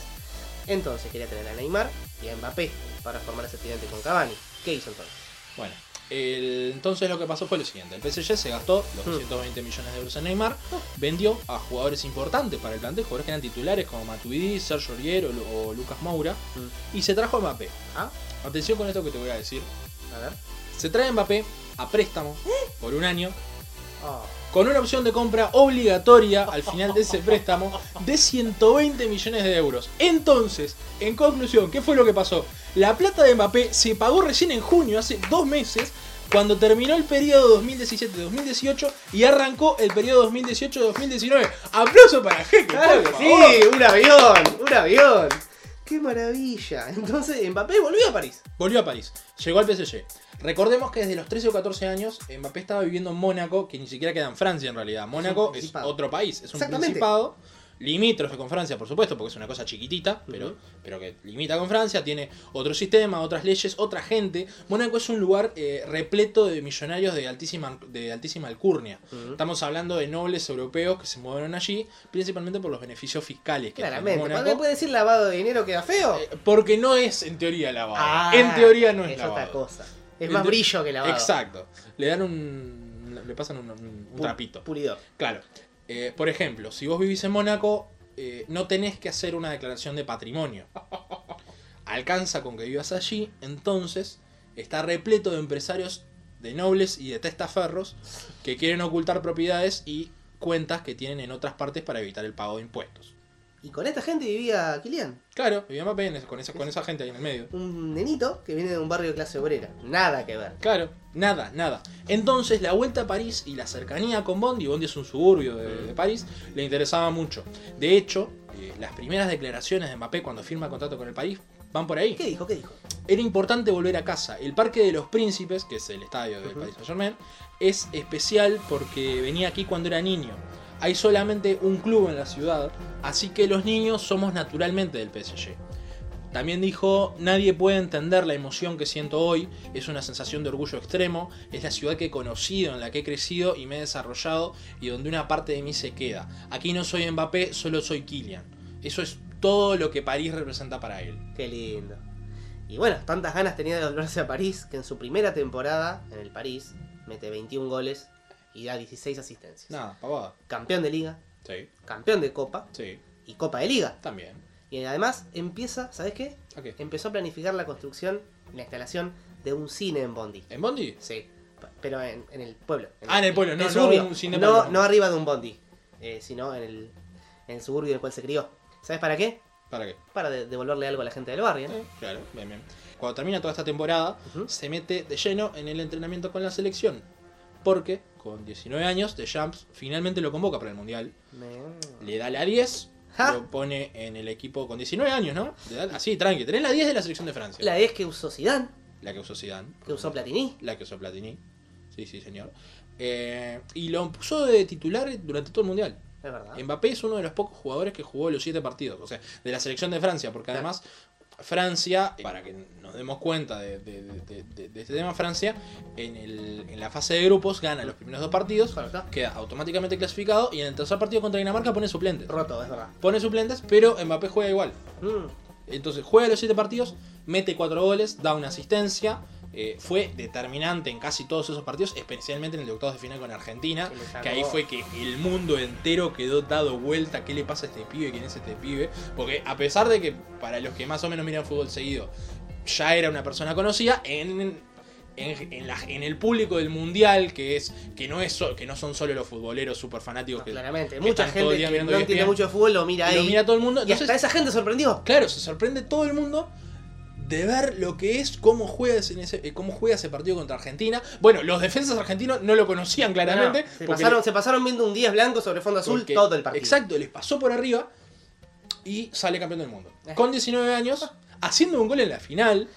Speaker 3: Entonces quería tener a Neymar y a Mbappé para formar ese tridente con Cavani. ¿Qué hizo entonces?
Speaker 2: Bueno, el- entonces lo que pasó fue lo siguiente. El PSG se gastó los 220 millones de euros en Neymar, vendió a jugadores importantes para el plantel, jugadores que eran titulares como Matuidi, Sergio Aurier o, Lu- o Lucas Moura, y se trajo a Mbappé.
Speaker 3: Ah,
Speaker 2: Atención con esto que te voy a decir.
Speaker 3: a ver.
Speaker 2: Se trae a Mbappé a préstamo por un año
Speaker 3: Oh,
Speaker 2: con una opción de compra obligatoria al final de ese préstamo de 120 millones de euros. Entonces, en conclusión, ¿qué fue lo que pasó? La plata de Mbappé se pagó recién en junio, hace dos meses, cuando terminó el periodo 2017-2018 y arrancó el periodo 2018-2019. ¡Aplauso para Jeque!
Speaker 3: ¡Claro que
Speaker 2: por favor!
Speaker 3: sí! ¡Un avión! ¡Un avión! ¡Qué maravilla! Entonces Mbappé volvió a París.
Speaker 2: Volvió a París, llegó al PSG. Recordemos que desde los 13 o 14 años Mbappé estaba viviendo en Mónaco, que ni siquiera queda en Francia en realidad. Mónaco es
Speaker 3: principado.
Speaker 2: otro país, es un
Speaker 3: Exactamente.
Speaker 2: principado limítrofe con Francia, por supuesto, porque es una cosa chiquitita, pero, pero que limita con Francia, tiene otro sistema, otras leyes, otra gente. Mónaco es un lugar eh, repleto de millonarios de altísima, de altísima alcurnia. Estamos hablando de nobles europeos que se mudaron allí, principalmente por los beneficios fiscales que tiene
Speaker 3: Claramente.
Speaker 2: Mónaco.
Speaker 3: ¿Para qué puede decir lavado de dinero queda feo?
Speaker 2: Eh, Porque no es en teoría lavado.
Speaker 3: Ah,
Speaker 2: en teoría no es,
Speaker 3: es
Speaker 2: lavado.
Speaker 3: otra cosa. Es
Speaker 2: En
Speaker 3: más
Speaker 2: teo-
Speaker 3: brillo que lavado.
Speaker 2: Exacto. Le dan un. Le pasan un, un- un
Speaker 3: Pu-
Speaker 2: trapito.
Speaker 3: Pulidor.
Speaker 2: Claro. Eh, por ejemplo, si vos vivís en Mónaco, eh, no tenés que hacer una declaración de
Speaker 3: (laughs)
Speaker 2: patrimonio. Alcanza con que vivas allí, entonces está repleto de empresarios, de nobles y de testaferros que quieren ocultar propiedades y cuentas que tienen en otras partes para evitar el pago de impuestos.
Speaker 3: Y con esta gente vivía Kilian,
Speaker 2: Claro, vivía más bien con esa, con esa gente ahí en el medio.
Speaker 3: un nenito que viene de un barrio de clase obrera. Nada que ver.
Speaker 2: Claro, nada, nada. Entonces la vuelta a París y la cercanía con Bondi, Bondi es un suburbio de, de París, le interesaba mucho. De hecho, eh, las primeras declaraciones de Mbappé cuando firma contrato con el París van por ahí.
Speaker 3: ¿Qué dijo? ¿Qué dijo?
Speaker 2: Era importante volver a casa. El Parque de los Príncipes, que es el estadio del Paris Saint Germain, es especial porque venía aquí cuando era niño. Hay solamente un club en la ciudad, así que los niños somos naturalmente del PSG. También dijo, nadie puede entender la emoción que siento hoy, es una sensación de orgullo extremo, es la ciudad que he conocido, en la que he crecido y me he desarrollado y donde una parte de mí se queda. Aquí no soy Mbappé, solo soy Kylian. Eso es todo lo que París representa para él.
Speaker 3: Qué lindo. Y bueno, tantas ganas tenía de volverse a París que en su primera temporada en el París mete 21 goles y da 16 asistencias.
Speaker 2: Nada, pavada.
Speaker 3: Campeón de liga,
Speaker 2: Sí,
Speaker 3: campeón de copa
Speaker 2: sí,
Speaker 3: y copa de liga.
Speaker 2: también.
Speaker 3: Y además empieza, ¿sabes qué?
Speaker 2: ¿A qué?
Speaker 3: Empezó a planificar la construcción, la instalación de un cine en Bondi.
Speaker 2: ¿En Bondi?
Speaker 3: Sí, p- pero en, en el pueblo.
Speaker 2: Ah, en el pueblo, no- no
Speaker 3: suburbio.
Speaker 2: un cine
Speaker 3: no,
Speaker 2: para-
Speaker 3: no arriba de un Bondi, eh, sino en el, en el suburbio en el cual se crió. ¿Sabes para qué?
Speaker 2: ¿Para qué?
Speaker 3: Para de- devolverle algo a la gente del barrio. ¿no?
Speaker 2: Eh, claro, bien, bien. Cuando termina toda esta temporada,
Speaker 3: Ujú.
Speaker 2: se mete de lleno en el entrenamiento con la selección. Porque con 19 años, De Champs finalmente lo convoca para el Mundial.
Speaker 3: Me-
Speaker 2: Le da la 10,
Speaker 3: Ja.
Speaker 2: lo pone en el equipo con 19 años, ¿no? Le da- así, tranqui. Tenés la 10 de la selección de Francia.
Speaker 3: La es que usó Zidane,
Speaker 2: La que usó Zidane.
Speaker 3: que usó Platini.
Speaker 2: La que usó Platini. Sí, sí, señor. Eh, y lo puso de titular durante todo el Mundial.
Speaker 3: Es verdad.
Speaker 2: Mbappé es uno de los pocos jugadores que jugó los siete partidos, o sea, de la selección de Francia, porque
Speaker 3: Claro.
Speaker 2: además Francia, eh, para que nos demos cuenta de, de- de- de- de este tema, Francia en, el- en la fase de grupos gana los primeros dos partidos,
Speaker 3: Correcto.
Speaker 2: queda automáticamente clasificado y en el tercer partido contra Dinamarca pone suplentes.
Speaker 3: Roto, es verdad.
Speaker 2: Pone suplentes, pero Mbappé juega igual.
Speaker 3: Mm,
Speaker 2: Entonces juega los siete partidos, mete cuatro goles, da una asistencia. eh, fue determinante en casi todos esos partidos, especialmente en el de octavos de final con Argentina,
Speaker 3: Que le sacó.
Speaker 2: que ahí fue que el mundo entero quedó dado vuelta, qué le pasa a este pibe, quién es este pibe, porque a pesar de que para los que más o menos miran fútbol seguido ya era una persona conocida, en, en, en la- en el público del mundial, que es que no es so- que no son solo los futboleros super fanáticos
Speaker 3: no,
Speaker 2: que,
Speaker 3: claramente.
Speaker 2: que
Speaker 3: Mucha
Speaker 2: están todo
Speaker 3: gente
Speaker 2: el día
Speaker 3: que
Speaker 2: mirando
Speaker 3: no
Speaker 2: ESPN,
Speaker 3: entiende mucho de fútbol lo mira
Speaker 2: y
Speaker 3: ahí.
Speaker 2: lo mira todo el mundo.
Speaker 3: Y hasta esa gente sorprendió.
Speaker 2: Claro, se sorprende todo el mundo de ver lo que es, cómo juega, en ese, eh, cómo juega ese partido contra Argentina. Bueno, los defensas argentinos no lo conocían claramente.
Speaker 3: No, no, se,
Speaker 2: porque-
Speaker 3: pasaron, se pasaron viendo un 10 blanco sobre fondo azul
Speaker 2: porque-
Speaker 3: todo el partido.
Speaker 2: Exacto, les pasó por arriba y sale campeón del mundo.
Speaker 3: Eh.
Speaker 2: Con 19 años, haciendo un gol en la final,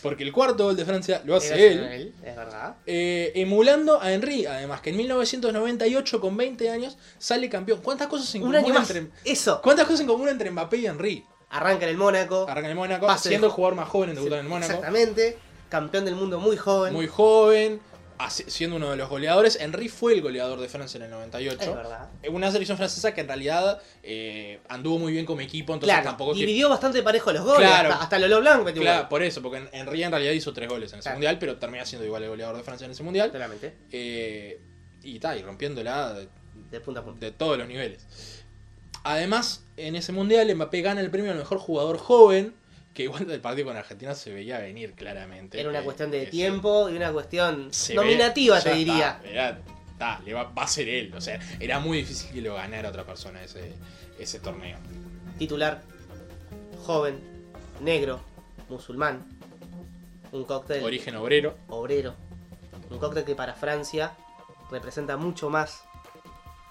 Speaker 2: porque el cuarto gol de Francia lo
Speaker 3: Era
Speaker 2: hace él.
Speaker 3: él, Es verdad.
Speaker 2: eh, emulando a Henry, además, que en 1998, con 20 años, sale campeón. ¿Cuántas cosas en
Speaker 3: Un
Speaker 2: común
Speaker 3: año más.
Speaker 2: entre,
Speaker 3: Eso.
Speaker 2: ¿Cuántas cosas en común entre Mbappé y Henry?
Speaker 3: Arranca en el Mónaco.
Speaker 2: Arranca en el Mónaco,
Speaker 3: Pase de-
Speaker 2: siendo el jugador más joven en debutar en el Mónaco.
Speaker 3: Exactamente. Campeón del mundo muy joven.
Speaker 2: Muy joven, hace- siendo uno de los goleadores. Henry fue el goleador de Francia en el
Speaker 3: es
Speaker 2: 98.
Speaker 3: verdad.
Speaker 2: Eh, Una selección francesa que en realidad eh, anduvo muy bien como equipo, entonces
Speaker 3: Claro,
Speaker 2: tampoco es
Speaker 3: y
Speaker 2: que-
Speaker 3: vivió bastante parejo los goles.
Speaker 2: Claro.
Speaker 3: Hasta, hasta Lolo Blanco metió un
Speaker 2: Claro,
Speaker 3: gol.
Speaker 2: por eso, porque Henry en realidad hizo tres goles en ese
Speaker 3: Claro.
Speaker 2: mundial, pero termina siendo igual el goleador de Francia en ese mundial.
Speaker 3: Claramente.
Speaker 2: Eh, y tal, y rompiéndola de,
Speaker 3: De punta a punta.
Speaker 2: de todos los niveles. Además, en ese mundial Mbappé gana el premio al mejor jugador joven, que igual del partido con Argentina se veía venir claramente.
Speaker 3: Era una
Speaker 2: Eh,
Speaker 3: cuestión de
Speaker 2: que sí.
Speaker 3: tiempo y una cuestión
Speaker 2: se ve-
Speaker 3: nominativa,
Speaker 2: ya
Speaker 3: te
Speaker 2: está,
Speaker 3: diría.
Speaker 2: era- está, le va, va a ser él. O sea, era muy difícil que lo ganara otra persona ese, ese torneo.
Speaker 3: Titular, joven, negro, musulmán, un cóctel
Speaker 2: Origen obrero.
Speaker 3: obrero. Un cóctel que para Francia representa mucho más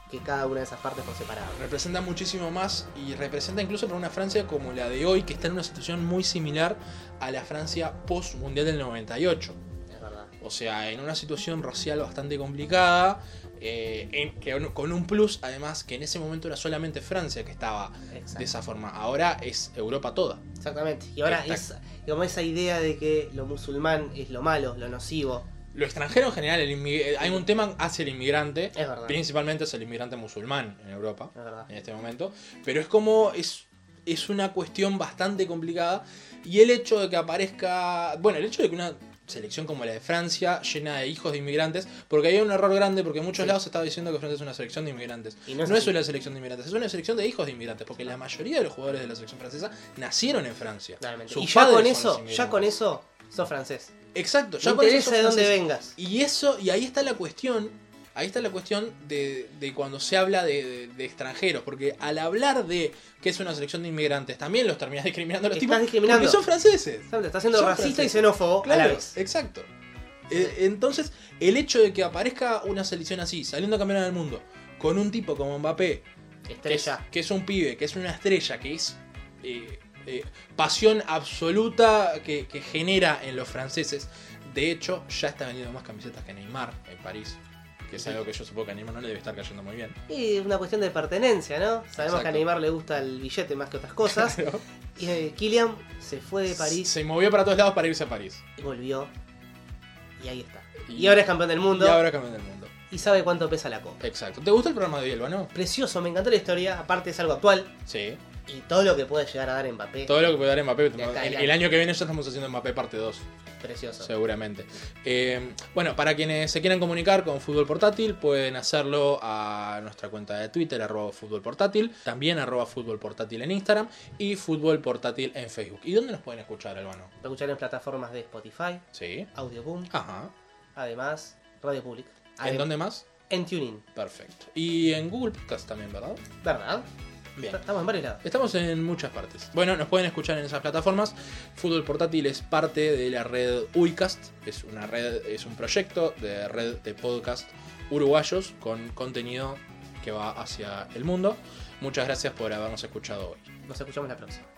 Speaker 3: que cada una de esas partes por separado.
Speaker 2: Representa muchísimo más y representa incluso para una Francia como la de hoy, que está en una situación muy similar a la Francia post-mundial del 98.
Speaker 3: Es verdad.
Speaker 2: O sea, en una situación racial bastante complicada, eh, en- que un- con un plus, además, que en ese momento era solamente Francia que estaba
Speaker 3: Exacto.
Speaker 2: de esa forma. Ahora es Europa toda.
Speaker 3: Exactamente. Y ahora es
Speaker 2: Exacto.
Speaker 3: como esa idea de que lo musulmán es lo malo, lo nocivo.
Speaker 2: Lo extranjero en general, el inmi- eh, hay un tema hacia el inmigrante,
Speaker 3: Es verdad.
Speaker 2: principalmente hacia el inmigrante musulmán en Europa,
Speaker 3: Es verdad.
Speaker 2: en este momento, pero es como es, es una cuestión bastante complicada y el hecho de que aparezca, bueno, el hecho de que una selección como la de Francia, llena de hijos de inmigrantes, porque hay un error grande, porque en muchos
Speaker 3: Sí.
Speaker 2: lados se estaba diciendo que Francia es una selección de inmigrantes.
Speaker 3: Y no
Speaker 2: no
Speaker 3: es
Speaker 2: es,
Speaker 3: así.
Speaker 2: una selección de inmigrantes, es una selección de hijos de inmigrantes, porque la mayoría de los jugadores de la selección francesa nacieron en Francia.
Speaker 3: Claramente.
Speaker 2: Sus
Speaker 3: Y ya con
Speaker 2: padres son
Speaker 3: eso,
Speaker 2: los
Speaker 3: ya con
Speaker 2: inmigrantes.
Speaker 3: eso, sos francés.
Speaker 2: Exacto,
Speaker 3: No
Speaker 2: ya con eso
Speaker 3: interesa
Speaker 2: sos
Speaker 3: de dónde
Speaker 2: francés.
Speaker 3: vengas.
Speaker 2: Y eso, y ahí está la cuestión, ahí está la cuestión de, de cuando se habla de, de- de extranjeros, porque al hablar de que es una selección de inmigrantes, también los terminas discriminando a los
Speaker 3: Estás
Speaker 2: tipos
Speaker 3: discriminando.
Speaker 2: porque son franceses.
Speaker 3: Exacto, Estás siendo
Speaker 2: Son
Speaker 3: racista y
Speaker 2: franceses.
Speaker 3: xenófobo
Speaker 2: Claro,
Speaker 3: a la vez.
Speaker 2: exacto. Eh, entonces, el hecho de que aparezca una selección así, saliendo campeona del mundo, con un tipo como Mbappé, que es,
Speaker 3: Estrella.
Speaker 2: que es un pibe, que es una estrella, que es eh, eh, pasión absoluta que, que genera en los franceses. De hecho, ya está vendiendo más camisetas que Neymar en París. Que es algo que yo supongo que a Neymar no le debe estar cayendo muy bien.
Speaker 3: Y es una cuestión de pertenencia, ¿no? Sabemos que a
Speaker 2: Exacto.
Speaker 3: Neymar le gusta el billete más que otras cosas.
Speaker 2: Claro.
Speaker 3: Y eh, Kylian se fue de París
Speaker 2: Se movió para todos lados para irse a París.
Speaker 3: y volvió. Y ahí está. Y,
Speaker 2: Y-
Speaker 3: ahora es campeón del mundo.
Speaker 2: Y
Speaker 3: Y,
Speaker 2: ahora campeón del mundo.
Speaker 3: sabe cuánto pesa la copa.
Speaker 2: Exacto. ¿Te gusta el programa de Bielba, no?
Speaker 3: Precioso, me encantó la historia. Aparte es algo actual.
Speaker 2: Sí.
Speaker 3: Y todo lo que puede llegar a dar Mbappé.
Speaker 2: Todo lo que puede dar Mbappé.
Speaker 3: Ya está,
Speaker 2: El,
Speaker 3: ya.
Speaker 2: el año que viene ya estamos haciendo Mbappé parte 2.
Speaker 3: Precioso.
Speaker 2: Seguramente. Eh, bueno, para quienes se quieran comunicar con Fútbol Portátil, pueden hacerlo a nuestra cuenta de Twitter, arroba Fútbol Portátil, también arroba Fútbol Portátil en Instagram y Fútbol Portátil en Facebook. ¿Y dónde nos pueden escuchar, Albano?
Speaker 3: Lo escuchar en plataformas de Spotify,
Speaker 2: Sí.
Speaker 3: Audioboom,
Speaker 2: Ajá.
Speaker 3: además Radio Public.
Speaker 2: ¿En
Speaker 3: Adem-
Speaker 2: dónde más?
Speaker 3: En Tuning,
Speaker 2: Perfecto. Y en Google Podcast también, ¿verdad?
Speaker 3: ¿verdad?
Speaker 2: Bien.
Speaker 3: Estamos en varios lados.
Speaker 2: Estamos en muchas partes. Bueno, nos pueden escuchar en esas plataformas. Fútbol Portátil es parte de la red Uicast. Es una red, es un proyecto de red de podcast uruguayos con contenido que va hacia el mundo. Muchas gracias por habernos escuchado hoy.
Speaker 3: Nos escuchamos la próxima.